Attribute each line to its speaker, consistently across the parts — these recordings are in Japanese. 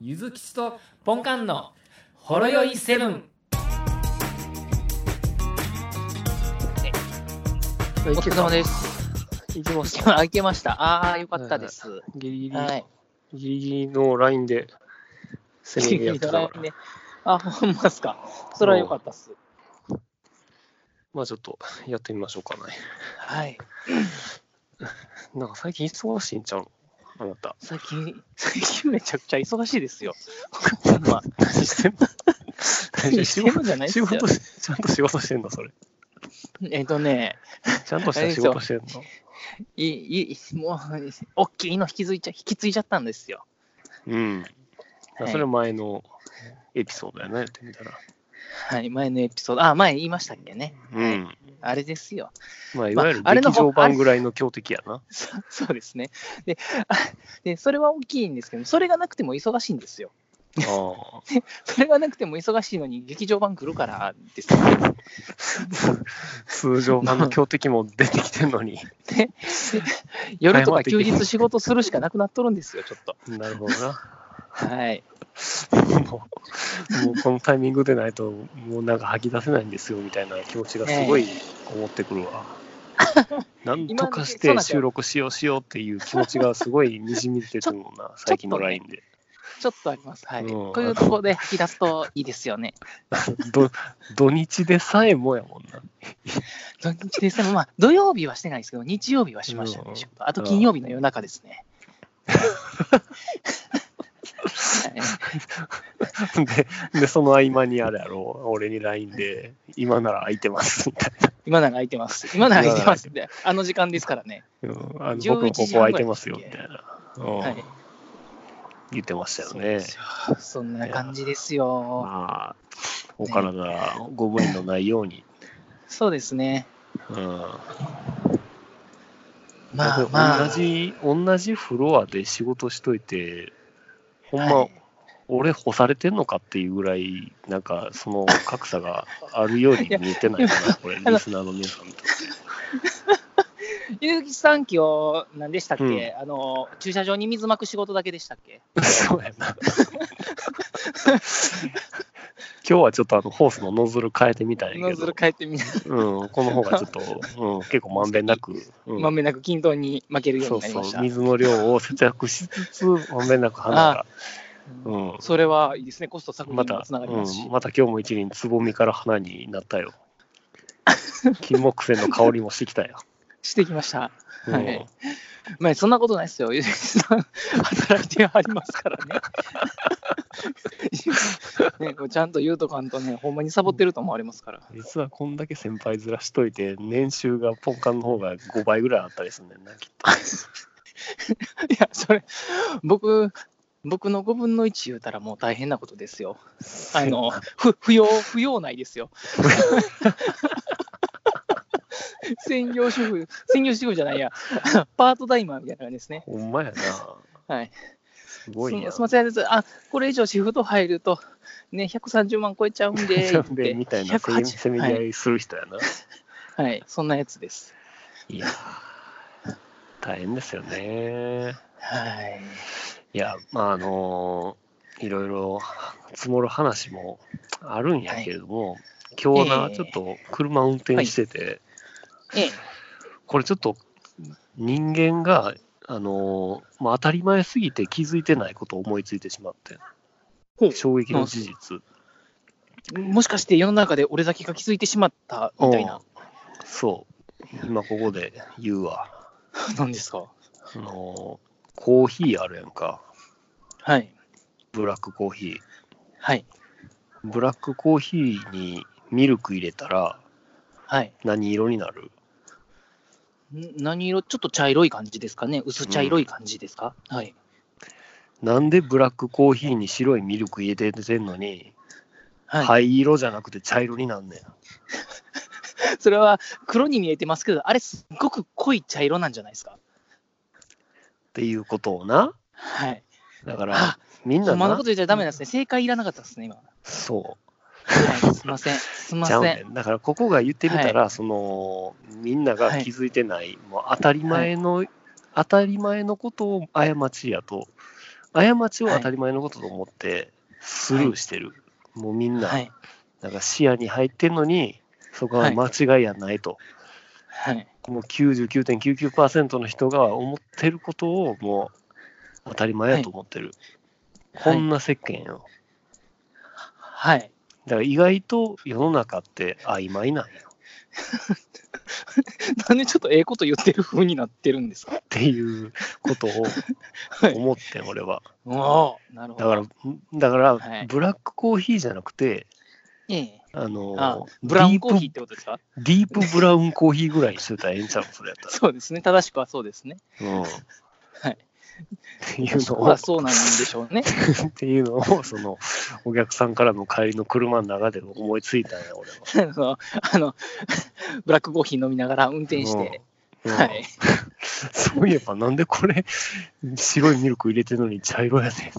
Speaker 1: ゆずきちとポンカンのほろよいセブン。
Speaker 2: お疲れ様です。いつもす開けました。ああ、よかったです。
Speaker 3: ギリギリ、
Speaker 2: はい。
Speaker 3: ギリギリのラインで攻めるやつだから。
Speaker 2: ね あ、ほんまっすか。それはよかったっす。
Speaker 3: まあちょっとやってみましょうかね。
Speaker 2: はい。
Speaker 3: なんか最近忙しいんちゃうのあなた。
Speaker 2: 最近、 最近めちゃくちゃ忙しいですよ。ほんま
Speaker 3: 何してんの
Speaker 2: 何してんのじゃないっす
Speaker 3: 仕
Speaker 2: よ
Speaker 3: 事し、ちゃんと仕事してんのそれ。
Speaker 2: えっとね、
Speaker 3: ちゃんとした仕事してんの
Speaker 2: いい、いもう、大きいの引き継いちゃ、引き継いじゃったんですよ。
Speaker 3: うん。
Speaker 2: はい
Speaker 3: それ前のエピソードやね、やってみたら。
Speaker 2: はい、前のエピソード、あ、前言いましたっけね。
Speaker 3: うん。
Speaker 2: あれですよ。
Speaker 3: まあい
Speaker 2: まあ
Speaker 3: わゆる
Speaker 2: あれの
Speaker 3: 劇
Speaker 2: 方
Speaker 3: 場版ぐらいの強敵やな。
Speaker 2: そそうですねであで。それは大きいんですけど、それがなくても忙しいんですよ。
Speaker 3: ああ。
Speaker 2: それがなくても忙しいのに劇場版来るからですよ。
Speaker 3: 通常版の強敵も出てきてんのに。
Speaker 2: 夜とか休日仕事するしかなくなっとるん ですよ、ちょっと。
Speaker 3: なるほどな。
Speaker 2: はい。
Speaker 3: もう、もうこの タイミングでないと、もうなんか吐き出せないんですよみたいな気持ちがすごい思ってく るわ。なんとかし
Speaker 2: 今の
Speaker 3: て
Speaker 2: 時期
Speaker 3: 収録しようしようっていう気持ちがすごいにじみ出てくるもんな、最近の LINE で。
Speaker 2: ちょっとあります。はい。
Speaker 3: うん
Speaker 2: こういうところで吐き出すといいですよね。
Speaker 3: ど土日でさえもやもんな。
Speaker 2: 土日ですね。まあ、土曜日はしてないですけど、日曜日はしました
Speaker 3: う
Speaker 2: ね。
Speaker 3: ん
Speaker 2: 仕事あと金曜日の夜中ですね。
Speaker 3: で、でその合間にあれやろ、俺に LINE で、今なら空いてますみたいな。
Speaker 2: 今なら空いてます。今なら空いてますって。あの時間ですからね。
Speaker 3: うんあの
Speaker 2: 11
Speaker 3: 僕もここ
Speaker 2: 時半
Speaker 3: 空いてますよみたいな。うん
Speaker 2: はい。
Speaker 3: 言ってましたよ
Speaker 2: そう
Speaker 3: ね
Speaker 2: で。すよそんな感じですよ。
Speaker 3: まあ、お体ご無理のないように。
Speaker 2: そうですね。
Speaker 3: うん
Speaker 2: まあ
Speaker 3: でも
Speaker 2: ま
Speaker 3: 同
Speaker 2: あ。
Speaker 3: じ、同じフロアで仕事しといて、ほんま、
Speaker 2: はい
Speaker 3: 俺干されてんのかっていうぐらい、なんかその格差があるように見えてないかな、これ、
Speaker 2: あの
Speaker 3: リスナーの皆さんと。
Speaker 2: ゆうきさん今日、何でしたっけ、
Speaker 3: うん
Speaker 2: あの、駐車場に水まく仕事だけでしたっけ
Speaker 3: そうやな。 今日はちょっとあのホースのノズル変えてみたんや
Speaker 2: ノ
Speaker 3: け
Speaker 2: ズ
Speaker 3: ど
Speaker 2: ル、変えてみな
Speaker 3: うん、この方がちょっと、うん、結構まんべんなく、うん
Speaker 2: まめなく均等に負けるように
Speaker 3: そう
Speaker 2: なりまし
Speaker 3: そ
Speaker 2: た。
Speaker 3: う、
Speaker 2: そ
Speaker 3: 水の量を節約しつつ、まんべんなく花が、うん、
Speaker 2: れはいいですね、コスト削減
Speaker 3: ま
Speaker 2: にも
Speaker 3: た、
Speaker 2: つながりますし。
Speaker 3: うん、また今日も一輪つぼみから花になっ たよ。金木犀の香りもしてきたよ。
Speaker 2: してきました。
Speaker 3: う ん
Speaker 2: はいまあ、そんなことないですよ、 ゆずきさん、働いてありますから ね。ねこれちゃんと言うとかんとね、ほんまにサボってると思われますから。
Speaker 3: 実はこんだけ先輩ずらしといて、年収がポンカンの方が5倍ぐらいあったりすんねんな、きっ
Speaker 2: いや、それ、僕、僕の5分の1言うたらもう大変なことですよ。
Speaker 3: と。
Speaker 2: あの、ふ不要、不要ないですよ。 専業主婦、専業主婦じゃないや、パートタイマーみたいな感じですね。
Speaker 3: ほんまやな。
Speaker 2: はい。
Speaker 3: すごいな。
Speaker 2: すみませんです、あこれ以上シフト入ると、ね、130万超えちゃうんで、言って
Speaker 3: で、みたい なせめ
Speaker 2: 180
Speaker 3: せめぎ合いする人やな。
Speaker 2: はい、はい、そんなやつです。
Speaker 3: い、やー大変ですよね。
Speaker 2: はい。
Speaker 3: いや、まあ、あのーいろいろ積もる話もあるんやけれども、今日な、
Speaker 2: ええ
Speaker 3: ちょっと車運転してて、
Speaker 2: ええ、
Speaker 3: これちょっと人間が、あのーまあ、当たり前すぎて気づいてないことを思いついてしまって、
Speaker 2: ほう
Speaker 3: 衝撃の事実。
Speaker 2: もしかして世の中で俺だけが気づいてしまったみたいな、
Speaker 3: うんそう、今ここで言うわ。
Speaker 2: なんですか。
Speaker 3: あのーコーヒーあるやんか、
Speaker 2: はい。
Speaker 3: ブラックコーヒー。
Speaker 2: はい。
Speaker 3: ブラックコーヒーにミルク入れたら
Speaker 2: はい。
Speaker 3: 何色になる
Speaker 2: ん何色ちょっと茶色い感じですかね。薄茶色い感じですか、はい。
Speaker 3: なんでブラックコーヒーに白いミルク入れてんのに、
Speaker 2: はい。
Speaker 3: 灰色じゃなくて茶色になんねん。
Speaker 2: それは黒に見えてますけど、あれすっごく濃い茶色なんじゃないですか。
Speaker 3: っていうことをな。
Speaker 2: はい。
Speaker 3: だから
Speaker 2: あ、、
Speaker 3: みん
Speaker 2: ほ
Speaker 3: なん
Speaker 2: まの
Speaker 3: な
Speaker 2: こと言っちゃダメなんですね。正解いらなかったですね、今。
Speaker 3: そ。
Speaker 2: はい、すいません。すいうま
Speaker 3: ち
Speaker 2: せ
Speaker 3: ゃ
Speaker 2: ん。
Speaker 3: うねん。だから、ここが言ってみたら、その、みんなが気づいてない、もう当たり前の、当たり前のことを過ちやと過ちを当たり前のことと思って、スルーしてる。もうみんな、
Speaker 2: はい。
Speaker 3: なんか視野に入ってんのに、そこは間違いやないと。
Speaker 2: はい。
Speaker 3: もう99.99%の人が思ってることをもう当たり前やと思ってる。
Speaker 2: はい
Speaker 3: こんな世間よ。
Speaker 2: はい。
Speaker 3: だから意外と世の中って曖昧なんよ
Speaker 2: なんでちょっとええこと言ってる風になってるんですか
Speaker 3: っていうことを
Speaker 2: はい
Speaker 3: 思ってん、俺は。
Speaker 2: おおなるほ
Speaker 3: だか
Speaker 2: ど。
Speaker 3: ら、だから、
Speaker 2: はい
Speaker 3: ブラックコーヒーじゃなくて、
Speaker 2: ええ
Speaker 3: あの
Speaker 2: あブラウンコーヒーっ
Speaker 3: デ
Speaker 2: てことですか
Speaker 3: ィープディープブラウンコーヒーぐらいにしてたらええんちゃうそれやった
Speaker 2: そうですね。正しくはそうですね。
Speaker 3: ら。うん。
Speaker 2: はい
Speaker 3: っていうの
Speaker 2: そこ
Speaker 3: を
Speaker 2: は、そうなんでしょうね。
Speaker 3: っていうのを、その、お客さんからの帰りの車の中で思いついたんや、俺は。
Speaker 2: あの、あのブラックコーヒー飲みながら運転して、
Speaker 3: うん、うん
Speaker 2: はい。
Speaker 3: そういえば、なんでこれ、白いミルク入れてるのに茶色やねんって。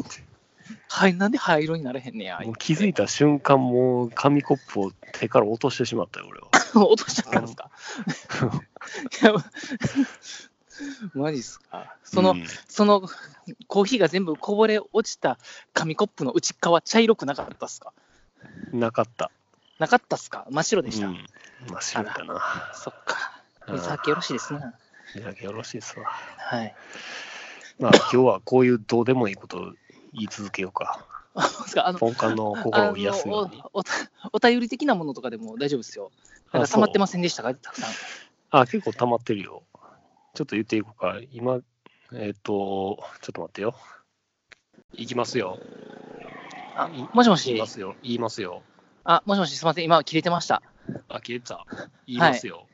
Speaker 2: はい、なんで灰色になれへんねや。
Speaker 3: もう気づいた瞬間、もう紙コップを手から落としてしまったよ、俺は。
Speaker 2: 落としちゃったんですかいや マジっすか。 その、
Speaker 3: うん
Speaker 2: そのコーヒーが全部こぼれ落ちた紙コップの内側、茶色くなかったっすか
Speaker 3: なかった。
Speaker 2: なかったっすか真っ白でした。
Speaker 3: うん。真っ白だな。
Speaker 2: そっか。
Speaker 3: うん
Speaker 2: 水はけよろしいですね。
Speaker 3: いやよろしいですわ。
Speaker 2: はい。
Speaker 3: まあ、今 日はこういうどうでもいいことを言い続けようか。
Speaker 2: あそうっすかあの、
Speaker 3: ポンカンの心を癒すように。
Speaker 2: あのおおお便り的なものとかでも大丈夫ですよ。なんか溜まってませんでしたかたくさん。
Speaker 3: あ、結構溜まってるよ。ちょっと言っていこうか。今、えっ、と、ちょっと待ってよ。いきますよ。
Speaker 2: あ、もしも
Speaker 3: 言い
Speaker 2: し
Speaker 3: ま。すよ。言いますよ。
Speaker 2: あ、もしもし、すみません。今、切れてました。
Speaker 3: あ、消えてた。言いますよ。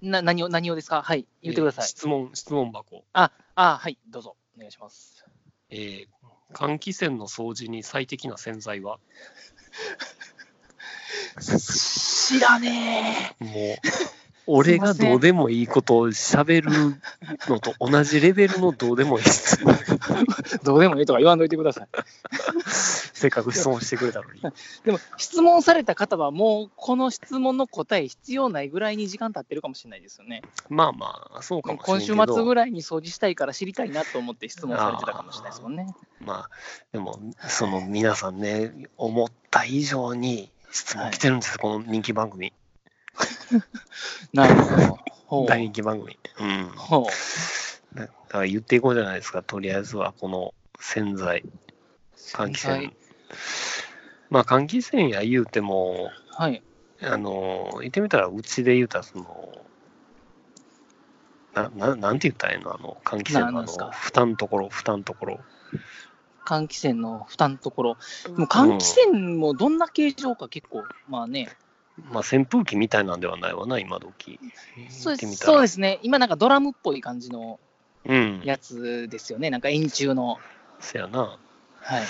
Speaker 2: な、何を、何をですかはい。言ってくださ
Speaker 3: えー
Speaker 2: い。
Speaker 3: 質問、質問箱。
Speaker 2: あ、あ、はい。どうぞ。お願いします。
Speaker 3: えー換気扇の掃除に最適な洗剤 は
Speaker 2: 知らね
Speaker 3: もう、俺が
Speaker 2: すいません
Speaker 3: どうでもいいことを喋るのと同じレベルのどうでもいい質問。
Speaker 2: え。どうでもいいとか言わんといてください。
Speaker 3: せっかく質問してくれた のに。
Speaker 2: でも、質問された方は、もう、この質問の答え必要ないぐらいに時間経ってるかもしれないですよね。
Speaker 3: まあまあ、そうかもしれ
Speaker 2: 今
Speaker 3: ないけ
Speaker 2: 週
Speaker 3: ど。
Speaker 2: 末ぐらいに掃除したいから知りたいなと思って質問されてたかもしれないですもんね。
Speaker 3: まあ、でも、その皆さんね、思った以上に質問来てるんです、この人気番組、
Speaker 2: なるほど。ほう。
Speaker 3: 大人気番組。うん。
Speaker 2: ほう。
Speaker 3: だから言っていこうじゃないですか、とりあえずはこの洗剤、換気
Speaker 2: はい
Speaker 3: 扇。まあ、換気扇や言うても、
Speaker 2: はい。
Speaker 3: あの、言ってみたら、うちで言うたら、その、な、ななんて言ったらええのあの、換気扇の
Speaker 2: な
Speaker 3: あ
Speaker 2: なんです
Speaker 3: の、
Speaker 2: か
Speaker 3: 蓋のところ、蓋のところ。
Speaker 2: 換気扇の負担のところ。でも換気扇もどんな形状か結構、まあね、
Speaker 3: まあ、扇風機みたいなんではないわな、今時。
Speaker 2: そう
Speaker 3: 言
Speaker 2: で
Speaker 3: ってみ
Speaker 2: す
Speaker 3: たら
Speaker 2: そうですね、今なんかドラムっぽい感じの
Speaker 3: うん。
Speaker 2: やつですよね、なんか円柱の。
Speaker 3: せやな。
Speaker 2: はい、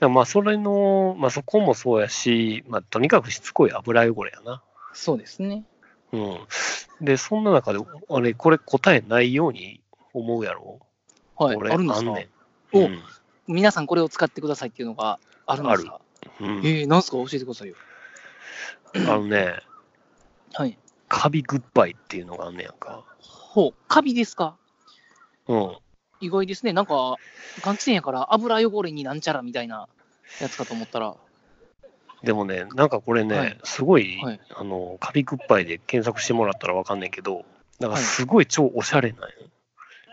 Speaker 3: でもまあ、それの、まあ、そこもそうやし、まあ、とにかくしつこい油汚れやな。
Speaker 2: そうですね。
Speaker 3: うん。で、そんな中で、あれ、これ答えないように思うやろ。
Speaker 2: はい、
Speaker 3: 俺、
Speaker 2: あるんですか
Speaker 3: ね
Speaker 2: お
Speaker 3: ん
Speaker 2: 皆さんこれを使ってくださいっていうのがあるんですか
Speaker 3: うん
Speaker 2: えー、なんすか教えてくださいよ。
Speaker 3: あのね、
Speaker 2: はい。
Speaker 3: カビグッバイっていうのがあんねやんか。
Speaker 2: ほう、カビですか
Speaker 3: うん。
Speaker 2: 意外ですね。なんか、換気扇やから油汚れになんちゃらみたいなやつかと思ったら。
Speaker 3: でもね、なんかこれね、
Speaker 2: はい
Speaker 3: すごい、
Speaker 2: はい
Speaker 3: あの、カビグッバイで検索してもらったらわかんないけど、なんか
Speaker 2: はい
Speaker 3: すごい超おしゃれなんよ。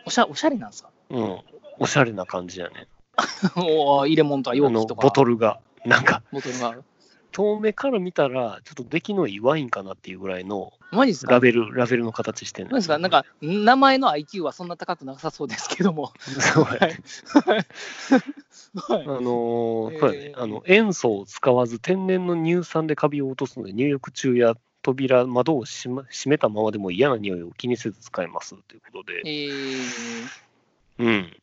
Speaker 2: おしゃおしゃれなんですか
Speaker 3: うん。おしゃれな感じやね。
Speaker 2: おー入れ物と
Speaker 3: あ
Speaker 2: か容
Speaker 3: の、
Speaker 2: 器とか。
Speaker 3: ボトルが。なんか、
Speaker 2: ボトルが。
Speaker 3: 遠目から見たら、ちょっと出来のいいワインかなっていうぐらいの
Speaker 2: マジです
Speaker 3: ラ
Speaker 2: か
Speaker 3: ベル、ラベルの形してる
Speaker 2: マジですかなん、 か、名前の IQ はそんな高くなさそうですけども。
Speaker 3: そう
Speaker 2: は
Speaker 3: や
Speaker 2: い。
Speaker 3: あのーそうやね
Speaker 2: え、ー
Speaker 3: あの、塩素を使わず天然の乳酸でカビを落とすので、入浴中や扉、窓を閉ま閉めたままでも嫌な匂いを気にせず使えますということで。
Speaker 2: えー、
Speaker 3: うん。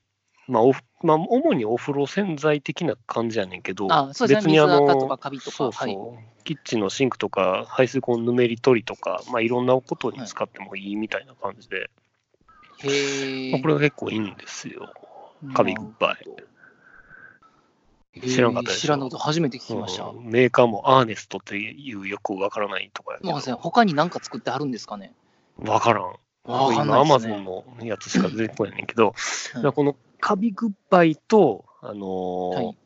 Speaker 3: まあ、おふまあ、主にお風呂洗剤的な感じやねんけど、
Speaker 2: あそうですね
Speaker 3: 別にあの
Speaker 2: 水垢とかカビとか
Speaker 3: そうそう、
Speaker 2: はい
Speaker 3: キッチンのシンクとか、排水口のぬめり取りとか、まあ、いろんなことに使ってもいいみたいな感じで、
Speaker 2: へ
Speaker 3: まあ、
Speaker 2: え
Speaker 3: こ。れが結構いいんですよ。カビグッバイ。知らなかったでしょ
Speaker 2: 知らなかった。初めて聞きました。
Speaker 3: うんメーカーもアーネストっていうよくわからないとかやけど
Speaker 2: まあ、他に何か作ってあるんですかね
Speaker 3: わからん。
Speaker 2: わかん
Speaker 3: 今、
Speaker 2: な
Speaker 3: ア
Speaker 2: いで
Speaker 3: マ
Speaker 2: す
Speaker 3: ゾ
Speaker 2: ね。
Speaker 3: ンのやつしか出てこないねんけど、
Speaker 2: うん
Speaker 3: だからこのカビグッバイと、あのー
Speaker 2: はい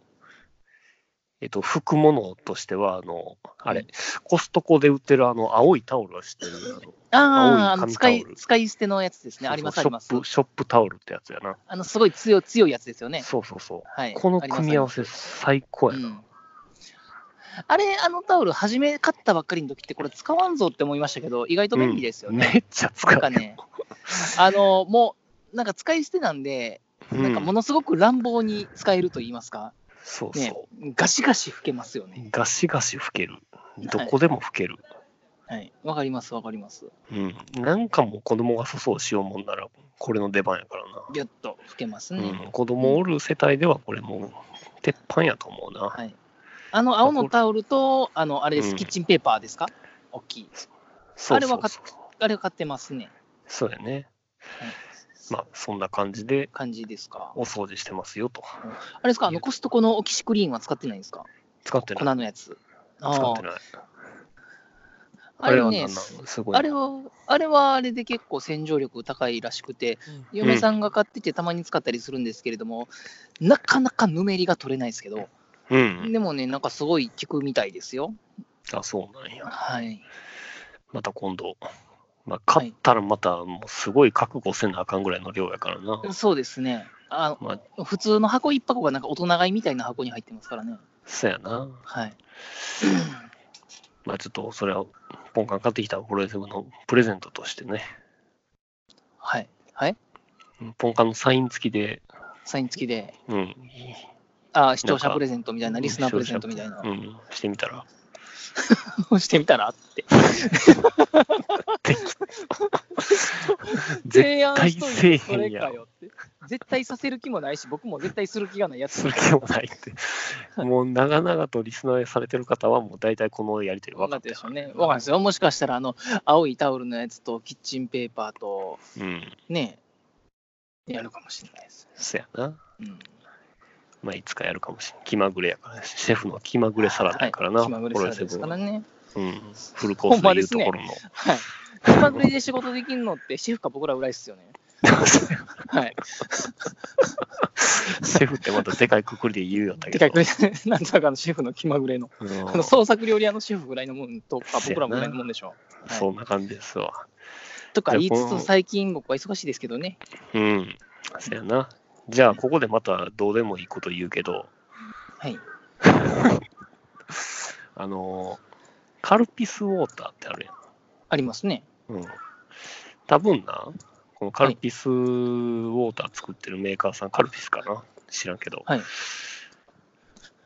Speaker 3: えっと、拭くものとしては、あの、あれ、
Speaker 2: うん
Speaker 3: コストコで売ってるあの、青いタオルは知ってるあの
Speaker 2: ああ、あ
Speaker 3: 青い
Speaker 2: の
Speaker 3: 紙
Speaker 2: 使い
Speaker 3: タオル
Speaker 2: 使い捨てのやつですね。あります、あ
Speaker 3: そ
Speaker 2: り
Speaker 3: う
Speaker 2: ます
Speaker 3: ショッ。プ、ショップタオルってやつやな。
Speaker 2: あのすごい強い強いやつですよね。
Speaker 3: そうそうそう。
Speaker 2: はい、
Speaker 3: この
Speaker 2: あります
Speaker 3: 組み合わせ最高やな。
Speaker 2: うんあれ、あのタオル、初め買ったばっかりの時って、これ使わんぞって思いましたけど、意外と便利ですよね。
Speaker 3: めっちゃ使
Speaker 2: なん
Speaker 3: う。
Speaker 2: かね、あの、もう、なんか使い捨てなんで、
Speaker 3: うん
Speaker 2: なんかものすごく乱暴に使えると言いますか、
Speaker 3: そう
Speaker 2: ね
Speaker 3: そ、
Speaker 2: ガシガシ拭けますよ
Speaker 3: う。
Speaker 2: ね。
Speaker 3: ガシガシ拭ける。
Speaker 2: い
Speaker 3: どこでも拭ける。
Speaker 2: はい、わかります、わかります。
Speaker 3: うん。なんかもう子供が粗相しようもんなら、これの出番やからな。
Speaker 2: ぎゅっと拭けますね。
Speaker 3: うん、子供おる世帯ではこれもう鉄板やと思うな。
Speaker 2: はい、あの青のタオルと、あの、あれです、
Speaker 3: うん
Speaker 2: キッチンペーパーですか大きい。
Speaker 3: そう
Speaker 2: あれ
Speaker 3: そ
Speaker 2: は
Speaker 3: う
Speaker 2: 買っ
Speaker 3: そう。
Speaker 2: あれを買ってますね。
Speaker 3: そうやね。
Speaker 2: はい、
Speaker 3: まあそんな感じで
Speaker 2: 感じですか。
Speaker 3: お掃除してますよと。
Speaker 2: あれですか、あのコストコのオキシクリーンは使ってないんですか
Speaker 3: 使って
Speaker 2: 粉
Speaker 3: ない。
Speaker 2: のやつ。
Speaker 3: 使
Speaker 2: あ
Speaker 3: ってない。
Speaker 2: あ
Speaker 3: あ
Speaker 2: あ
Speaker 3: れ
Speaker 2: れ
Speaker 3: は何な
Speaker 2: ね
Speaker 3: の、すごい。
Speaker 2: あれは、あれはあれで結構洗浄力高いらしくて、嫁さんが買っててたまに使ったりするんですけれども、なかなかぬめりが取れないですけど、
Speaker 3: うん。
Speaker 2: でもね、なんかすごい効くみたいですよ。
Speaker 3: あ、そうなんや。
Speaker 2: はい。
Speaker 3: また今度。まあ、買ったらまた、もうすごい覚悟せなあかんぐらいの量やからな。
Speaker 2: そうですね。あ
Speaker 3: まあ、
Speaker 2: 普通の箱一箱がなんか大人買いみたいな箱に入ってますからね。
Speaker 3: そうやな。
Speaker 2: はい。
Speaker 3: まあ、ちょっと、それは、ポンカン買ってきたホロエセブのプレゼントとしてね、
Speaker 2: はい。はい。
Speaker 3: うんポンカンのサイン付きで、
Speaker 2: サイン付きで、
Speaker 3: うん、
Speaker 2: あ視聴者プレゼントみたいな、リスナープレゼントみたいな
Speaker 3: う、ん、してみた ら、
Speaker 2: してみたらって。
Speaker 3: 絶
Speaker 2: 提案しと
Speaker 3: せえ
Speaker 2: いて
Speaker 3: へ
Speaker 2: そ
Speaker 3: ん
Speaker 2: れ
Speaker 3: やろ
Speaker 2: かよって。絶対させる気もないし、僕も絶対する気がないや
Speaker 3: 対
Speaker 2: つ
Speaker 3: する気もない って。もう、長々とリスナーされてる方は、もう大体このやりとり
Speaker 2: 分
Speaker 3: 分
Speaker 2: かっ
Speaker 3: かってて
Speaker 2: る
Speaker 3: る
Speaker 2: でしょうね。分かるんですよ。もしかしたら、あの、青いタオルのやつと、キッチンペーパーと、
Speaker 3: うん、
Speaker 2: ね、やるかもしれないです。
Speaker 3: そうやな。
Speaker 2: うん。
Speaker 3: まあ、いつかやるかもしれん。気まぐれやから、ね、シェフの気まぐれサラダやからな、
Speaker 2: 気まぐれサラダです
Speaker 3: ホ
Speaker 2: か
Speaker 3: ロ
Speaker 2: ら
Speaker 3: エセ
Speaker 2: ね。
Speaker 3: ブン。うん、フルコースでいうところの。
Speaker 2: はい。気まぐれで仕事できるのって、シェフか僕らぐらいですよね。はい。
Speaker 3: シェフってまたでかいくくりで言うよったけ
Speaker 2: て
Speaker 3: ど。
Speaker 2: か、なんとかのシェフの気まぐれの、
Speaker 3: うん
Speaker 2: あの創作料理屋のシェフぐらいのもんとか、僕らぐらいのもんでしょう。はい
Speaker 3: そんな感じですわ。
Speaker 2: とか言い
Speaker 3: じゃあ
Speaker 2: つ
Speaker 3: この
Speaker 2: つ、最近僕は忙しいですけどね。
Speaker 3: うん。そやな。じゃあ、ここでまたどうでもいいこと言うけど、
Speaker 2: はい。
Speaker 3: あのー、カルピスウォーターってあるや
Speaker 2: ありますね。
Speaker 3: ん。うん。多分な、このカルピスウォーター作ってるメーカーさん、カルピスかな知らんけど。
Speaker 2: はい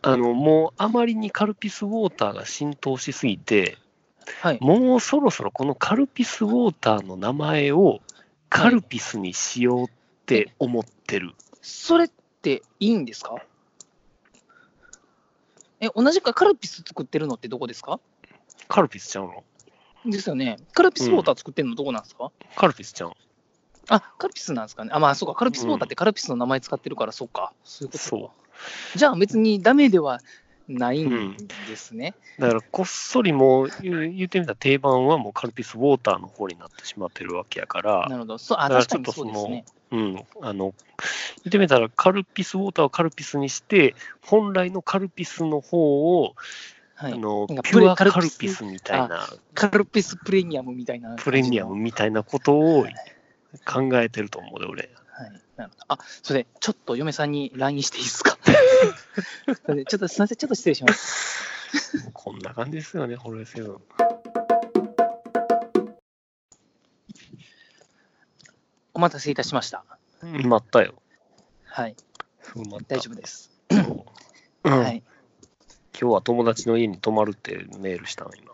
Speaker 3: あの、もうあまりにカルピスウォーターが浸透しすぎて、
Speaker 2: はい。
Speaker 3: もうそろそろこのカルピスウォーターの名前をカルピスにしようって思ってる。
Speaker 2: それっていいんですかえ、同じかカルピス作ってるのってどこですか
Speaker 3: カルピスちゃうの
Speaker 2: ですよね。カルピスウォーター作ってるのどこなんですか、
Speaker 3: カルピスちゃうん
Speaker 2: あ、カルピスなんですかね。あ、まあ、そうか。カルピスウォーターってカルピスの名前使ってるから、そうか。そういうこと。
Speaker 3: そ。
Speaker 2: じゃあ、別にダメではないう
Speaker 3: うんん。
Speaker 2: ですね。
Speaker 3: だからこっそりもう言う言ってみたら定番はもうカルピスウォーターの方になってしまってるわけやから、
Speaker 2: なるほど。そう、あ、
Speaker 3: だから
Speaker 2: 確かにそうですね。
Speaker 3: うん、あの、言ってみたらカルピスウォーターをカルピスにして、本来のカルピスの方を、
Speaker 2: は
Speaker 3: あ
Speaker 2: い。
Speaker 3: の
Speaker 2: なんか
Speaker 3: ピュア
Speaker 2: プレ
Speaker 3: カルピスみたいな、
Speaker 2: カルピスプレミアムみたいな。
Speaker 3: プレミアム。みたいなことを考えてると思うで、俺。
Speaker 2: はい。なるほど。あ、それ、ちょっと嫁さんに LINE していいです かそれちょっとすみません。ちょっと失礼します。
Speaker 3: こんな感じですよね、ホロエセブン。
Speaker 2: お待たせいたしました。
Speaker 3: 埋まったよ。
Speaker 2: はい。
Speaker 3: 埋まった。
Speaker 2: 大丈夫です。
Speaker 3: うん
Speaker 2: は
Speaker 3: 今
Speaker 2: い。
Speaker 3: 日は友達の家に泊まるってメールしたの、今。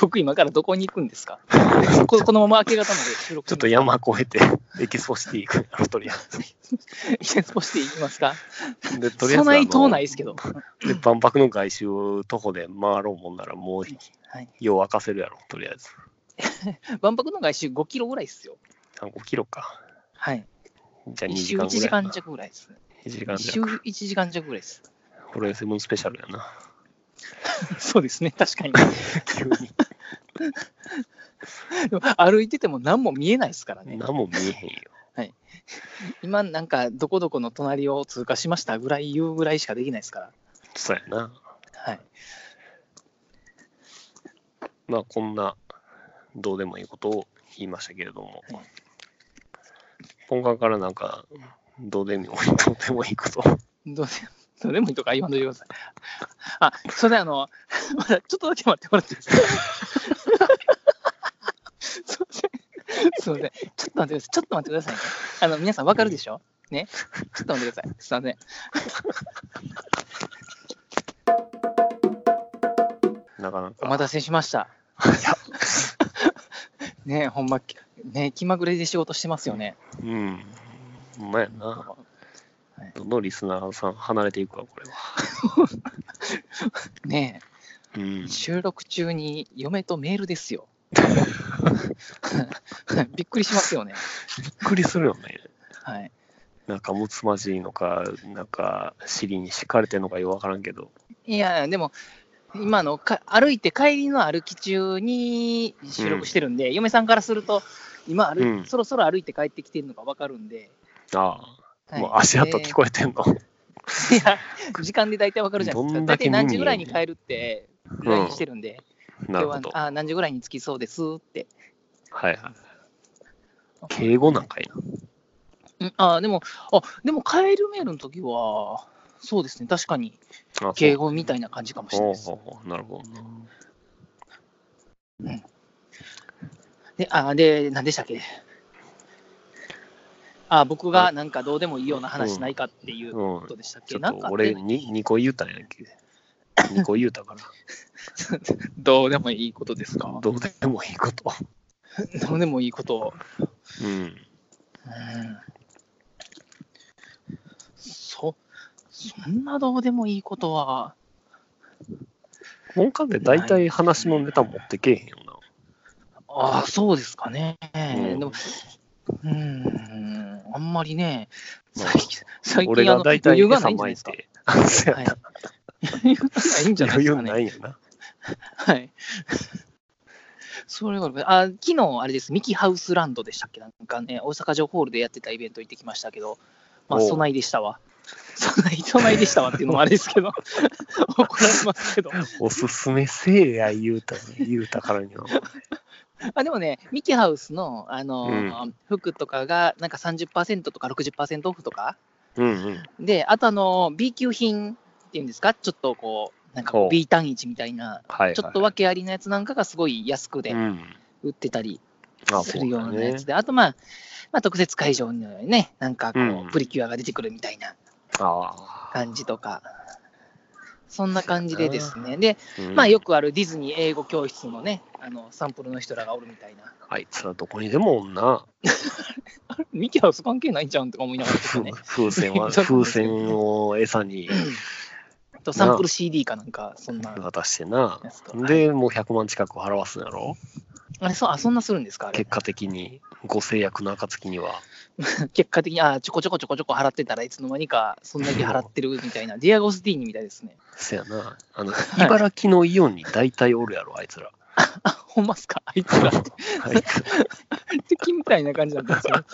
Speaker 2: 僕、今からどこに行くんですか ここのまま明け方まで収録
Speaker 3: ちょっと
Speaker 2: や
Speaker 3: 山越えて、エキスポシティ行くん やろ、とりあえ
Speaker 2: 少しで行きますか
Speaker 3: ず。で、とりあえずあの。
Speaker 2: そない遠ないですけど。
Speaker 3: で万博の外周を徒歩で回ろうもんなら、もう、
Speaker 2: はい
Speaker 3: よう沸かせるやろ、とりあえず。
Speaker 2: 万博の外周5キロぐらいですよ。
Speaker 3: あ5キロか。
Speaker 2: はい。
Speaker 3: じゃあ2
Speaker 2: 一
Speaker 3: 時
Speaker 2: 周
Speaker 3: 間
Speaker 2: 1時間
Speaker 3: ぐらい。
Speaker 2: 弱ぐらいですね。
Speaker 3: 1時間
Speaker 2: 一周
Speaker 3: 弱。
Speaker 2: 1時間弱ぐらいです。
Speaker 3: ホロエセブンスペシャルやな。
Speaker 2: そうですね、確かに。
Speaker 3: 急に。
Speaker 2: でも歩いてても何も見えないですからね。
Speaker 3: 何も見えへんよ。
Speaker 2: はい今なんかどこどこの隣を通過しましたぐらい言うぐらいしかできないですから。
Speaker 3: そうやな。
Speaker 2: はい。
Speaker 3: まあ、こんな、どうでもいいことを言いましたけれども
Speaker 2: はい、
Speaker 3: ポンカンからなんか、どうでもいい、 どうでもいいこと。
Speaker 2: どうでどうでもいいとか言わんといてください。あ、それであの、まだちょっとだけ待ってもらっていいですかすいません。すいません。ちょっと待ってください。ちょっと待ってくださいね。あの、皆さんわかるでしょね。ちょっと待ってください。すいません。
Speaker 3: なかな
Speaker 2: お
Speaker 3: か。
Speaker 2: 待たせしました。ねえほんま、ね気まぐれで仕事してますよね。
Speaker 3: うん。ほんまやな。どのリスナーさん離れていくわ、これは。
Speaker 2: ね
Speaker 3: うん
Speaker 2: え。収録中に嫁とメールですよ。びっくりしますよね。
Speaker 3: びっくりするよね。
Speaker 2: はい。
Speaker 3: なんか、むつまじいのか、なんか、尻に敷かれてんのかよくわからんけど。
Speaker 2: いや、でも、今のか歩いて帰りの歩き中に収録してるんで、嫁さんからすると、今歩い、
Speaker 3: うん
Speaker 2: そろそろ歩いて帰ってきてるのが分かるんで、
Speaker 3: ああ、
Speaker 2: はい
Speaker 3: もう足跡聞こえてんの。
Speaker 2: いや、時間で 大体分かるじゃないです
Speaker 3: ど
Speaker 2: か。
Speaker 3: ん
Speaker 2: 大
Speaker 3: だけ
Speaker 2: 体何時ぐらいに帰るって、
Speaker 3: ん
Speaker 2: LINE してるんで、
Speaker 3: なる
Speaker 2: 今
Speaker 3: ほ
Speaker 2: 日
Speaker 3: ど。
Speaker 2: はあ何時ぐらいに着きそうですって。
Speaker 3: はいはい。敬語なんかい
Speaker 2: うんあでも、あでも帰るメールの時は、そうですね、確かに
Speaker 3: な。あ
Speaker 2: 敬語みたいな感じかもしれない
Speaker 3: おう
Speaker 2: です。
Speaker 3: おうおうなるほどな。
Speaker 2: で、あ、で、何でしたっけあ、僕がなんかどうでもいいような話しないかっていう
Speaker 3: うん
Speaker 2: ことでしたっけ、
Speaker 3: ちょっ
Speaker 2: なん
Speaker 3: と
Speaker 2: かあっ
Speaker 3: 俺
Speaker 2: て、
Speaker 3: に2個言うたんやんけ。2個言うたから。
Speaker 2: どうでもいいことですか
Speaker 3: どうでもいいこと。
Speaker 2: どうでもいいこと。
Speaker 3: うん。
Speaker 2: うんそ、そんなどうでもいいことは、
Speaker 3: 文科で大体話のネタ持ってけえへんよな。
Speaker 2: ああ、そうですかね。
Speaker 3: うん
Speaker 2: でも、うーん、あんまりね、
Speaker 3: まあ
Speaker 2: 最近、最
Speaker 3: 俺
Speaker 2: 近あ
Speaker 3: が
Speaker 2: の
Speaker 3: 大
Speaker 2: 余
Speaker 3: 体
Speaker 2: 裕が
Speaker 3: 餌
Speaker 2: ないんじゃないです
Speaker 3: 巻い
Speaker 2: か。
Speaker 3: て。そう
Speaker 2: は
Speaker 3: や
Speaker 2: い
Speaker 3: な。
Speaker 2: 余裕がないんじゃないです
Speaker 3: 余裕
Speaker 2: かね
Speaker 3: な。いんやな。
Speaker 2: はい。 それがあ昨日、あれです、ミキハウスランドでしたっけなんかね、大阪城ホールでやってたイベント行ってきましたけど、まあ、
Speaker 3: おう
Speaker 2: 備えでしたわ。 備え、備えでしたわっていうのもあれですけど、 怒られますけど。
Speaker 3: おすすめせえや言うた、言うたから には。
Speaker 2: あでもね、ミキハウスの、あのー
Speaker 3: う
Speaker 2: 服とかが、なんか30%とか60%オフとか、
Speaker 3: うんうん。
Speaker 2: で、あとあのー B 級品っていうんですか、ちょっとこう、なんかこ
Speaker 3: お
Speaker 2: う
Speaker 3: う
Speaker 2: B 単一みたいな、
Speaker 3: はい、はい。
Speaker 2: ちょっと訳ありのやつなんかがすごい安くで
Speaker 3: うん。
Speaker 2: 売ってたり
Speaker 3: あ
Speaker 2: するようなやつ
Speaker 3: そう
Speaker 2: で、あとまあ、まあ、特設会場のようにね、なんかこう、
Speaker 3: うん
Speaker 2: プリキュアが出てくるみたいな
Speaker 3: だねああ。
Speaker 2: 感じとか、そんな感じでですね、で、
Speaker 3: うん
Speaker 2: まあよくあるディズニー英語教室のね、あのサンプルの人らがおるみたいな、
Speaker 3: あいつらどこにでもおんな。
Speaker 2: ミキハウス関係ないんじゃんとか思いながらです
Speaker 3: ふ
Speaker 2: ね、
Speaker 3: 風船 は、
Speaker 2: そうなん
Speaker 3: 風
Speaker 2: ですよ
Speaker 3: 船を餌に
Speaker 2: あとサンプル CD かなんか、そんな
Speaker 3: 渡してな
Speaker 2: や。つとか。
Speaker 3: で、もう100万近く払わすんやろ
Speaker 2: あれそうあ、そんなするんですかあれ
Speaker 3: 結果的に、ご制約の暁には。
Speaker 2: 結果的に、あちょこちょこちょこちょこ払ってたらいつの間にかそんだけ払ってるみ たいな、ディアゴスティーニみたいですね。
Speaker 3: せやな。あの、茨城のイオンに大体おるやろ、あいつら。
Speaker 2: あ、 ほんますかあいつら。
Speaker 3: あいつ
Speaker 2: 敵みたいな感じだったん ですよ。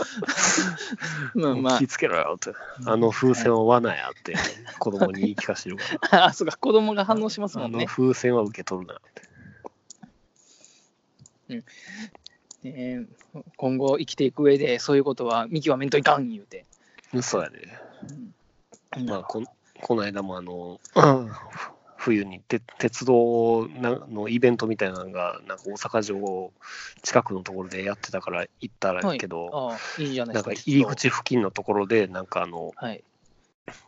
Speaker 2: ま
Speaker 3: ら
Speaker 2: あ ま
Speaker 3: 気ぃつけろよって。あの風船は罠やって、子供に言い聞かして るから。
Speaker 2: あ、あ そうか、子供が反応しますも
Speaker 3: あ
Speaker 2: ん
Speaker 3: の
Speaker 2: ね。
Speaker 3: 風船は受け取るなって。
Speaker 2: えー今後生きていく上で、そういうことは見極めんといかん言うて。
Speaker 3: 嘘やで、
Speaker 2: うん
Speaker 3: まあ、こんこの間もあの、うん冬にて鉄道なのイベントみたいなのが、なんか大阪城近くのところでやってたから行ったら
Speaker 2: はい
Speaker 3: けど、
Speaker 2: あいいじゃない
Speaker 3: な
Speaker 2: で
Speaker 3: ん
Speaker 2: すか。
Speaker 3: か入り口付近のところで、なんかあの、
Speaker 2: はい。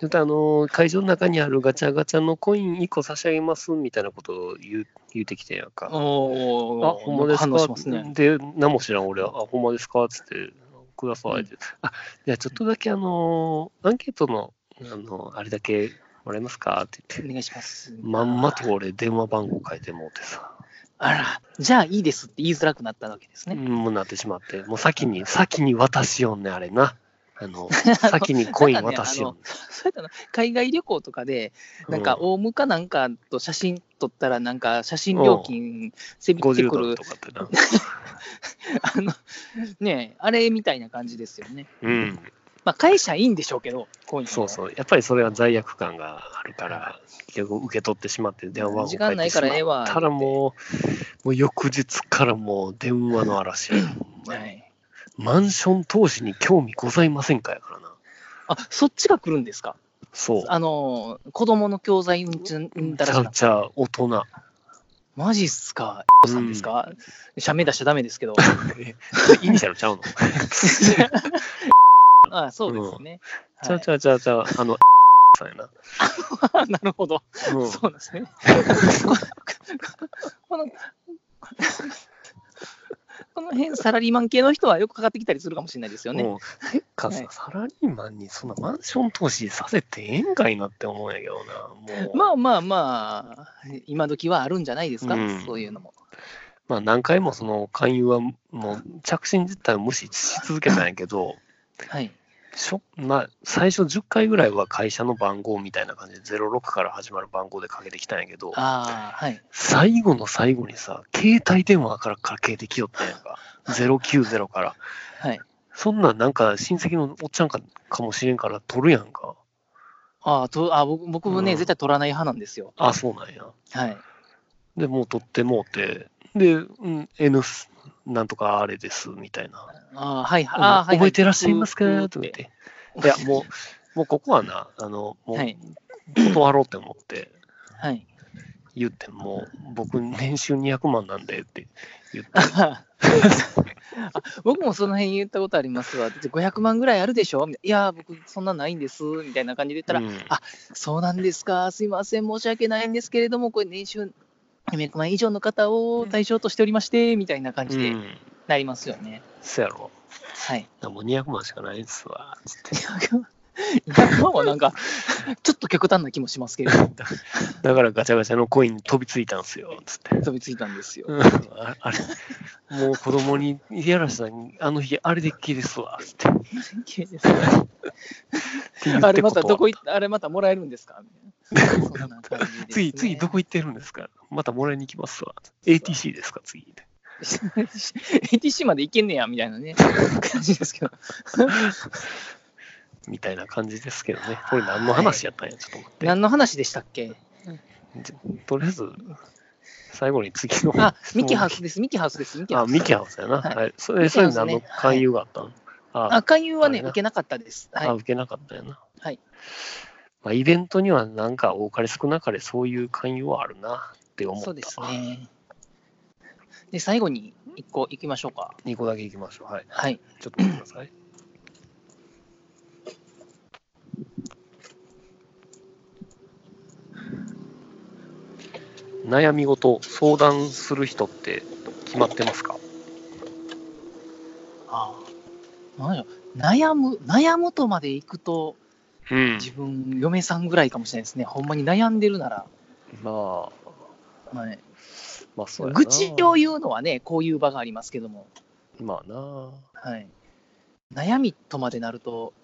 Speaker 3: ちょっとあの会場の中にあるガチャガチャのコイン1個差し上げますみたいなことを言う言うてきてんやんか。
Speaker 2: おー
Speaker 3: あ、ほんまです
Speaker 2: 反応し
Speaker 3: か
Speaker 2: ますね。
Speaker 3: で、何も知らん俺は、あ、ほんまですかつって、くださいって。あ、じゃあちょっとだけあのーアンケートの、あのあれだけもらえますかって言
Speaker 2: お
Speaker 3: って、
Speaker 2: 願いします。
Speaker 3: まんまと俺、電話番号変えてもうてさ、
Speaker 2: あら、じゃあいいですって言いづらくなったわけですね。
Speaker 3: もうなってしまって、もう先に、先に渡しよんね、あれな。あの、先にコイン渡しよんね。
Speaker 2: そうやったの海外旅行とかで、 なんか、
Speaker 3: うん
Speaker 2: 大向かなんかと写真撮ったら、なんか、写真料金、せびって
Speaker 3: 50
Speaker 2: く
Speaker 3: ドル
Speaker 2: る
Speaker 3: とかってな。
Speaker 2: あの、ねえあれみたいな感じですよね。
Speaker 3: うん。
Speaker 2: まあ、会社いいんでしょうけど、こいのは
Speaker 3: そうそう。やっぱりそれは罪悪感があるから、結局受け取ってしまって、電話番号
Speaker 2: 時間ないからええわ
Speaker 3: たらもう、もう翌日からもう電話の嵐。
Speaker 2: はい。
Speaker 3: マンション投資に興味ございませんかやからな。
Speaker 2: あ、そっちが来るんですか
Speaker 3: そう。
Speaker 2: あのー、子供の教材うんちゅんうんだら
Speaker 3: ち
Speaker 2: し
Speaker 3: ゃ
Speaker 2: な
Speaker 3: うちゃう、大 人。
Speaker 2: マジっすか、
Speaker 3: うん
Speaker 2: さんですか社名出しちゃダメ ですけど。
Speaker 3: イニシャルちゃうの
Speaker 2: あそうですね。
Speaker 3: ちゃうち
Speaker 2: ゃ
Speaker 3: ゃうちゃうちゃう、あの、さんやな。
Speaker 2: う。 なるほど。
Speaker 3: うん
Speaker 2: そうなんですね。 この、この辺、サラリーマン系の人はよくかかってきたりするかもしれないですよね。
Speaker 3: もうてかさ、
Speaker 2: はい
Speaker 3: サラリーマンにそんなマンション投資させてええんかいなって思うんやけどな。もう
Speaker 2: まあまあまあ、今時はあるんじゃないですか、
Speaker 3: うん
Speaker 2: そういうのも。
Speaker 3: まあ何回もその勧誘はもう着信実態を無視し続けたんやけど、
Speaker 2: はい。
Speaker 3: しょまあ、最初10回ぐらいは会社の番号みたいな感じで06から始まる番号でかけてきたんやけど、
Speaker 2: ああ、はい。
Speaker 3: 最後の最後にさ、携帯電話からかけてきよったんやん か。090から。
Speaker 2: はい。
Speaker 3: そんなんなんか親戚のおっちゃんかかもしれんから取るやんか。
Speaker 2: ああ、とあ僕僕もね、
Speaker 3: うん
Speaker 2: 絶対取らない派なんですよ。
Speaker 3: あ、そうなんや。
Speaker 2: はい。
Speaker 3: で、もう取ってもうて、で、うん、N す、なんとかあれです、みたいな。
Speaker 2: ああ、はい。ああ、はい。
Speaker 3: 覚えてらっしゃいます
Speaker 2: う
Speaker 3: か
Speaker 2: う
Speaker 3: とか言って。いや、もう、もうここはな、あの、も、
Speaker 2: はいう
Speaker 3: 断ろうって思って、
Speaker 2: はい。
Speaker 3: 言っても、僕、年収200万なんでって言って、
Speaker 2: あ僕もその辺言ったことありますわ。だって500万ぐらいあるでしょみたいないや、僕そんなないんです。みたいな感じで言ったら、
Speaker 3: うん
Speaker 2: そうなんですか。すいません。申し訳ないんですけれども、これ年収200万以上の方を対象としておりまして、みたいな感
Speaker 3: う
Speaker 2: じで
Speaker 3: ん、
Speaker 2: なりますよね。
Speaker 3: そやろ。
Speaker 2: はい。
Speaker 3: もう200万しかないですわ、つって。
Speaker 2: 200万はなんか、ちょっと極端な気もしますけれども、
Speaker 3: だからガチャガチャのコインに飛びついたんすよ、つって。
Speaker 2: 飛びついたんですよ。
Speaker 3: うんああれ、もう子供にやらしたに、あの日、あれでっきりですわ、つって。
Speaker 2: 綺麗ですね
Speaker 3: って言っ て
Speaker 2: あれまた
Speaker 3: ことは
Speaker 2: どこ行っあれまたもらえるんですかみたいなそんな感じ ですね
Speaker 3: 次、次どこ行ってるんですかまたもらいに行きますわ。ATC ですか、次。
Speaker 2: ATC まで行けんねやみたいなね、感じですけど。
Speaker 3: みたいな感じですけどね。これ何の話やったんや、ちょっと待
Speaker 2: 何の話でしたっけ
Speaker 3: って。とりあえず、最後に次の。
Speaker 2: あ、ミキハウスです、ミキハウスです、ミキハ
Speaker 3: あ、
Speaker 2: ウス。
Speaker 3: ミキハウスやな。
Speaker 2: はい
Speaker 3: はい。そ
Speaker 2: ミ
Speaker 3: れ、
Speaker 2: キ
Speaker 3: そ
Speaker 2: ハ
Speaker 3: れ
Speaker 2: ウスね
Speaker 3: 何の勧誘があったんあ
Speaker 2: あ、勧誘はね、
Speaker 3: あれな
Speaker 2: 受けなかったです。
Speaker 3: あ、
Speaker 2: はい。
Speaker 3: 受けなかったよな。
Speaker 2: はい。
Speaker 3: まあ、イベントにはなんか多かれ少なかれそういう勧誘はあるなって思った。
Speaker 2: そうです。ね。で、最後に一個行きましょうか。
Speaker 3: 2個だけ行きましょう。はい。
Speaker 2: はい。
Speaker 3: ちょっと待ってください。悩み事、相談する人って決まってますか
Speaker 2: ああ。なんだろう悩む、悩むとまで行くと、
Speaker 3: うん
Speaker 2: 自分、嫁さんぐらいかもしれないですね。ほんまに悩んでるなら。
Speaker 3: まあ、
Speaker 2: はい、
Speaker 3: まあそうやな。
Speaker 2: 愚痴を言うのはね、こういう場がありますけども。
Speaker 3: まあな。
Speaker 2: はい、悩みとまでなると、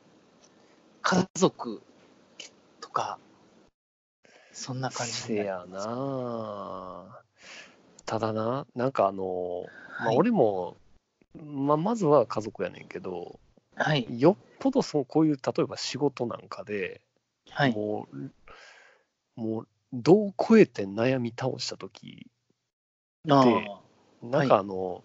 Speaker 2: 家族とか、そんな感じ
Speaker 3: せ
Speaker 2: で。
Speaker 3: やな。ただな、なんかあの、まあ
Speaker 2: はい
Speaker 3: 俺も、まあまずは家族やねんけど、
Speaker 2: はい、
Speaker 3: よっぽどそうこういう、例えば仕事なんかで、
Speaker 2: はい。
Speaker 3: もう、もう、どう超えて悩み倒したとき、
Speaker 2: ああ
Speaker 3: なんかあの、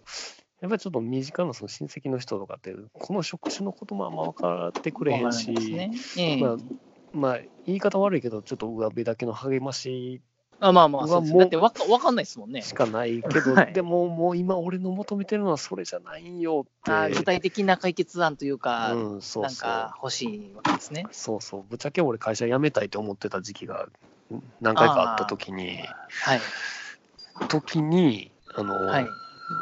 Speaker 3: やっぱりちょっと身近なその親戚の人とかって、この職種のこともあんま分かってくれへんし、
Speaker 2: わからないですねええ
Speaker 3: まあ、まあ、言い方悪いけど、ちょっと上辺だけの励まし
Speaker 2: あ、まあまあ、
Speaker 3: うわ
Speaker 2: そうです
Speaker 3: もう
Speaker 2: だってわかわかんないですもんね。
Speaker 3: しかないけ ど、
Speaker 2: はい
Speaker 3: でももう今、俺の求めてるのはそれじゃないんよって。
Speaker 2: ああ具体的な解決案というか、
Speaker 3: うん、そう
Speaker 2: なん
Speaker 3: そう。
Speaker 2: か欲しいわけですね。
Speaker 3: そうそう。ぶっちゃけ俺、会社辞めたいと思ってた時期が何回かあった時に、
Speaker 2: はい、
Speaker 3: 時に、あの、
Speaker 2: はい、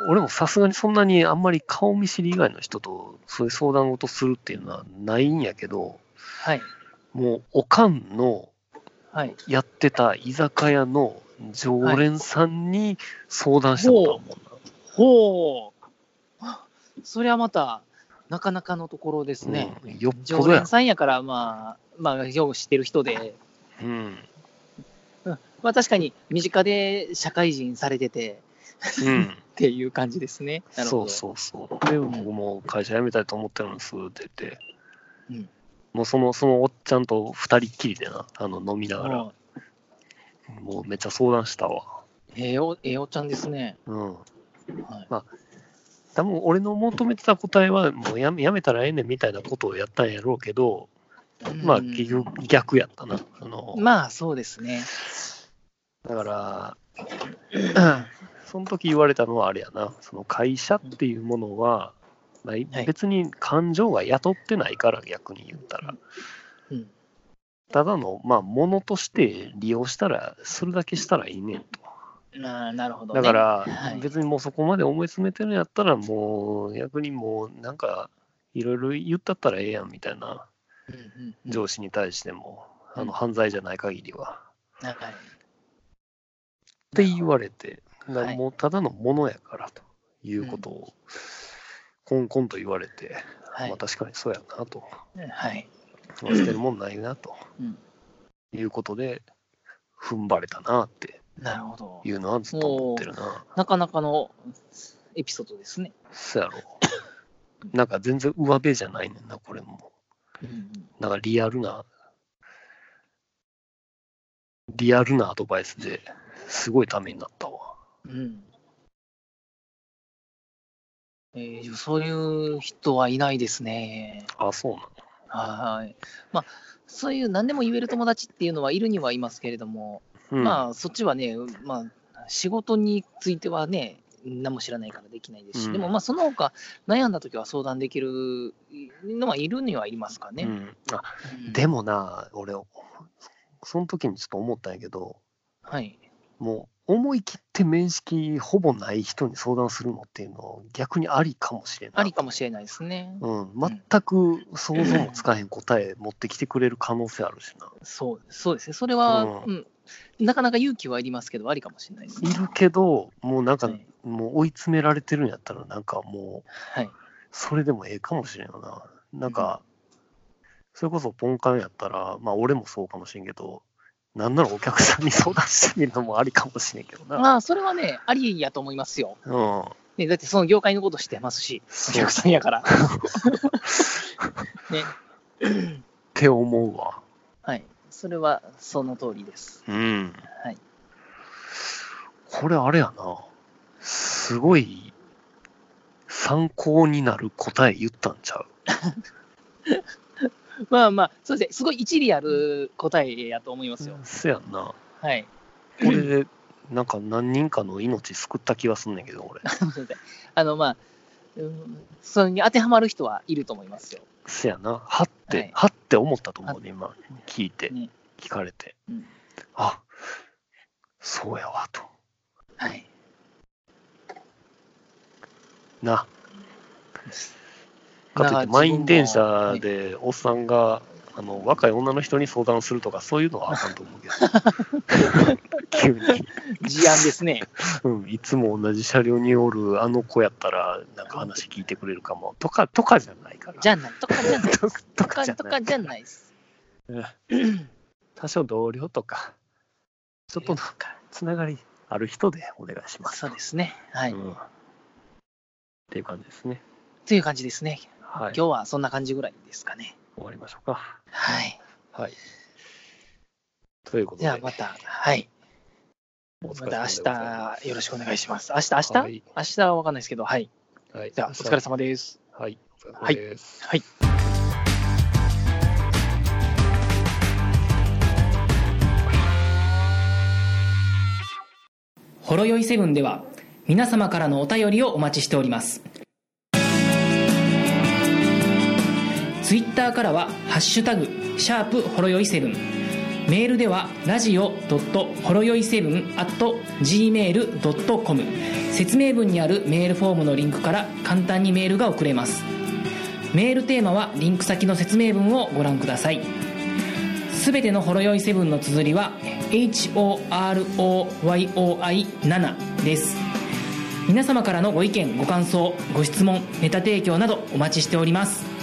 Speaker 3: 俺もさすがにそんなにあんまり顔見知り以外の人とそういう相談事するっていうのはないんやけど、
Speaker 2: はい、
Speaker 3: もうおかんの
Speaker 2: はい。
Speaker 3: やってた居酒屋の常連さんに相談したことあるもんな。
Speaker 2: ほう。それはまた、なかなかのところですね。
Speaker 3: うん、よっぽ
Speaker 2: 常
Speaker 3: どや
Speaker 2: 連。さんやから、まあ、まあ、よう知ってる人で、
Speaker 3: うん。
Speaker 2: まあ確かに身近で社会人されてて
Speaker 3: うん。
Speaker 2: っていう感じですね。なるほ
Speaker 3: そ
Speaker 2: ど
Speaker 3: うそうそう。で、僕も会社辞めたいと思ってるんですって言って、
Speaker 2: うん
Speaker 3: もうその、そのおっちゃんと二人っきりでな、あの飲みながら、
Speaker 2: うん
Speaker 3: もうめっちゃ相談したわ。
Speaker 2: ええお、ええおっちゃんですね。
Speaker 3: うん。
Speaker 2: はい
Speaker 3: 多分俺の求めてた答えは、もうやめやめたらええねんみたいなことをやったんやろうけど、まあ
Speaker 2: うん
Speaker 3: 結局逆やったな。あの
Speaker 2: まあ、そうですね。
Speaker 3: だから、 その時言われたのはあれやな、その会社っていうものは、まあ
Speaker 2: はい
Speaker 3: 別に感情が雇ってないから、逆に言ったら。
Speaker 2: うん。
Speaker 3: ただの、まあ、ものとして利用したら、それだけしたらいいねんと。
Speaker 2: ななるほど、ね。
Speaker 3: だから
Speaker 2: はい、
Speaker 3: 別にもうそこまで思い詰めてるんやったら、もう逆にもう、なんか、いろいろ言ったったらええやんみたいな、
Speaker 2: うんうんうん
Speaker 3: 上司に対しても、あ
Speaker 2: うん
Speaker 3: の犯罪じゃない限りは。
Speaker 2: はい
Speaker 3: って言われて、な
Speaker 2: はい
Speaker 3: もうただのものやからということを、コンコンと言われて、
Speaker 2: はい
Speaker 3: まあ確かにそうやなと、
Speaker 2: はい。
Speaker 3: まあ捨てるもんないなと
Speaker 2: うん
Speaker 3: いうことで、踏ん張れたなって
Speaker 2: なるほど。
Speaker 3: いうのはずっと思ってるな。
Speaker 2: なかなかのエピソードですね。
Speaker 3: そうやろ。 なんか全然上辺じゃないねんな、これも。
Speaker 2: うんうん
Speaker 3: なんかリアルな、リアルなアドバイスですごいためになったわ。
Speaker 2: うんえーそういう人はいないですね。
Speaker 3: あ、そうなの。
Speaker 2: はい。まあ、そういう何でも言える友達っていうのはいるにはいますけれども、
Speaker 3: うん、
Speaker 2: まあ、そっちはね、まあ、仕事についてはね、何も知らないからできないですし、
Speaker 3: うん
Speaker 2: でも、まあ、その他悩んだときは相談できるのはいるにはいますかね。
Speaker 3: うん、あ
Speaker 2: うん
Speaker 3: でもな、俺、その時にちょっと思ったんやけど、
Speaker 2: はい。
Speaker 3: もう思い切って面識ほぼない人に相談するのっていうの逆にありかもしれない。
Speaker 2: ありかもしれないですね。
Speaker 3: うん、全く想像もつかへん答え持ってきてくれる可能性あるしな。
Speaker 2: そうそうですね。それは、
Speaker 3: うん
Speaker 2: うんなかなか勇気はいりますけど、ありかもしれないですね。
Speaker 3: いるけど、もうなんか、
Speaker 2: はい
Speaker 3: もう追い詰められてるんやったら、なんかもう、
Speaker 2: はい。
Speaker 3: それでもええかもしれんよな。なんか、それこそポンカンやったら、まあ俺もそうかもしれんけど、なんならお客さんに相談してみるのもありかもしれんけどな。
Speaker 2: まあ、それはね、ありやと思いますよ。
Speaker 3: うん。
Speaker 2: ね、だってその業界のことしてますし、お
Speaker 3: そう
Speaker 2: 客さんや から。ね、
Speaker 3: って思うわ。
Speaker 2: はい。それはその通りです。
Speaker 3: うん。
Speaker 2: はい。
Speaker 3: これあれやな。すごい参考になる答え言ったんちゃう
Speaker 2: まあまあ、そうですね。すごい一理ある答えやと思いますよ。
Speaker 3: せやんな。
Speaker 2: はい。
Speaker 3: これで、なんか何人かの命救った気はすんねんけど、 俺。
Speaker 2: そうですねあの、まあ、うんそれに当てはまる人はいると思いますよ。
Speaker 3: せやな。はって、
Speaker 2: はい
Speaker 3: はって思ったと思うね、今。聞いて、
Speaker 2: ね
Speaker 3: 聞かれて。
Speaker 2: うん
Speaker 3: あ、そうやわ、と。
Speaker 2: はい。
Speaker 3: な。
Speaker 2: な
Speaker 3: か
Speaker 2: ん
Speaker 3: といっ
Speaker 2: か
Speaker 3: て満員電
Speaker 2: 自分もは
Speaker 3: 車
Speaker 2: い
Speaker 3: でおっさんがあの若い女の人に相談するとかそういうのはあかんと思うけど 急に、
Speaker 2: 事案です ね。
Speaker 3: うん、いつも同じ車両におるあの子やったらなんか話聞いてくれるかもとかとかじゃないから
Speaker 2: じゃない。とかじゃない。
Speaker 3: とと
Speaker 2: とか
Speaker 3: かじゃ
Speaker 2: と
Speaker 3: な
Speaker 2: か
Speaker 3: い
Speaker 2: じゃ ないです。
Speaker 3: 多少同僚とかちょっとのつながりある人でお願いします、
Speaker 2: そうですね。はい。
Speaker 3: うんっていう感じですね
Speaker 2: という感じですね。
Speaker 3: はい終
Speaker 2: 今日はそんな感じぐらいですかね。
Speaker 3: わりましょうか
Speaker 2: はい。
Speaker 3: はいということで
Speaker 2: じゃあまた、はい。
Speaker 3: お
Speaker 2: ま
Speaker 3: 疲れ様でございす
Speaker 2: た明日よろしくお願いします。明日、明日、
Speaker 3: はい
Speaker 2: 明日はわかんないですけど、はい。
Speaker 3: はい、
Speaker 2: じゃあお疲れ様です。
Speaker 3: はい、お疲れ様です。
Speaker 2: はい
Speaker 1: ほろよいセブンでは皆様からのお便りをお待ちしておりますツイッターからは「ハッシュタグシャープほろよいセブン」メールではラジオほろよい7 gmail.com 説明文にあるメールフォームのリンクから簡単にメールが送れますメールテーマはリンク先の説明文をご覧くださいすべてのほろ酔いセブンの綴りは HOROYOI7 です皆様からのご意見ご感想ご質問ネタ提供などお待ちしております